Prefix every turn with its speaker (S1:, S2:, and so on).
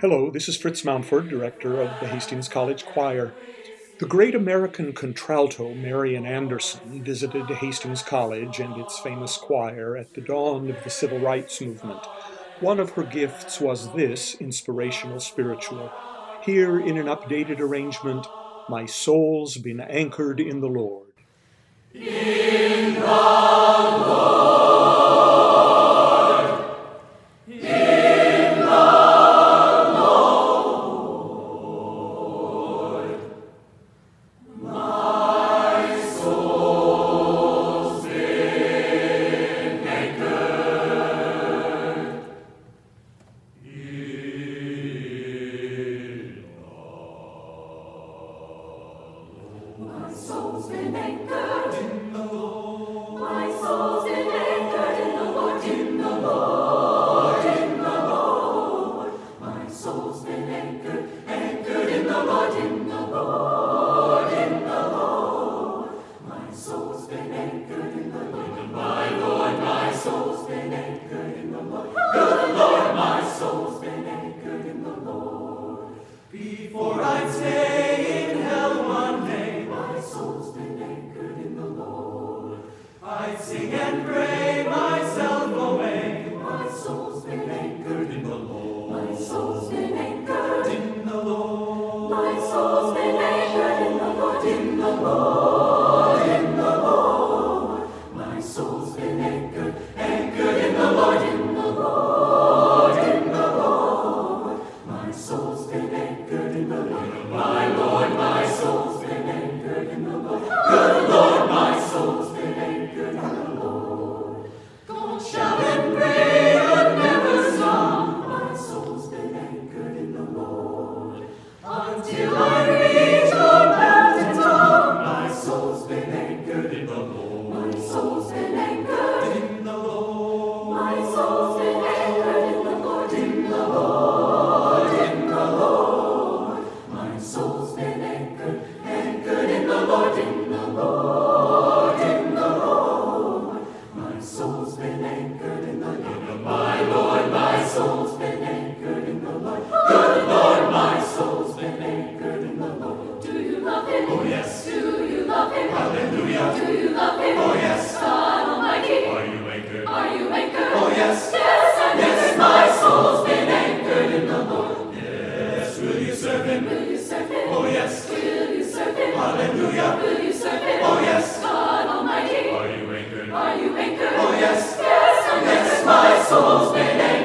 S1: Hello, this is Fritz Mountford, director of the Hastings College Choir. The great American contralto Marian Anderson visited Hastings College and its famous choir at the dawn of the civil rights movement. One of her gifts was this inspirational spiritual. Here, in an updated arrangement, My Soul's Been Anchored in the Lord.
S2: My soul's been anchored in the Lord. My soul's been anchored in the Lord, in the Lord, in the Lord. My soul's been anchored, anchored in the Lord, in the Lord, in the Lord. My soul's been anchored in the Lord, my Lord. My soul's been anchored in the Lord, good Lord. My soul's been anchored in the Lord. Before I stay in hell one day, my soul's been anchored in the Lord. I'd sing and pray myself away. My soul's been anchored in the Lord. My soul's been anchored in the Lord. My soul's been anchored in the Lord. In the Lord. In the Lord. My soul's been anchored, anchored in the Lord. In the Lord. In the Lord. My soul's been anchored in the Lord. My Lord, my soul's been anchored in the Lord. Good Lord, my soul's been anchored in the Lord. God shout and pray and never stop. My soul's been anchored in the Lord. Until I reach the mountain top, my soul's been anchored in the Lord. My soul's been anchored in the Lord. My soul's been anchored in the Lord. In the Lord. In the Lord. My soul's been anchored, anchored in the Lord. In the Lord. In the Lord. My soul's been anchored in the Lord. My Lord. My soul's been anchored in the Lord. Good Lord. My soul's been anchored in the Lord. Do you love Him? Oh yes. Do you love Him? Hallelujah. Do you love Him? Oh yes. God Almighty.
S3: Are you anchored?
S2: Are you anchored? Oh yes. Yes, I'm yes, my soul's been anchored in the Lord.
S3: Yes, will you serve him?
S2: Will you serve him?
S3: Oh, yes.
S2: Will you serve him?
S3: Hallelujah.
S2: Will you serve him?
S3: Oh, yes.
S2: God Almighty.
S3: Are you anchored?
S2: Are you anchored? Oh yes. Yes, I'm yes, my soul's been anchored. Oh, Oh,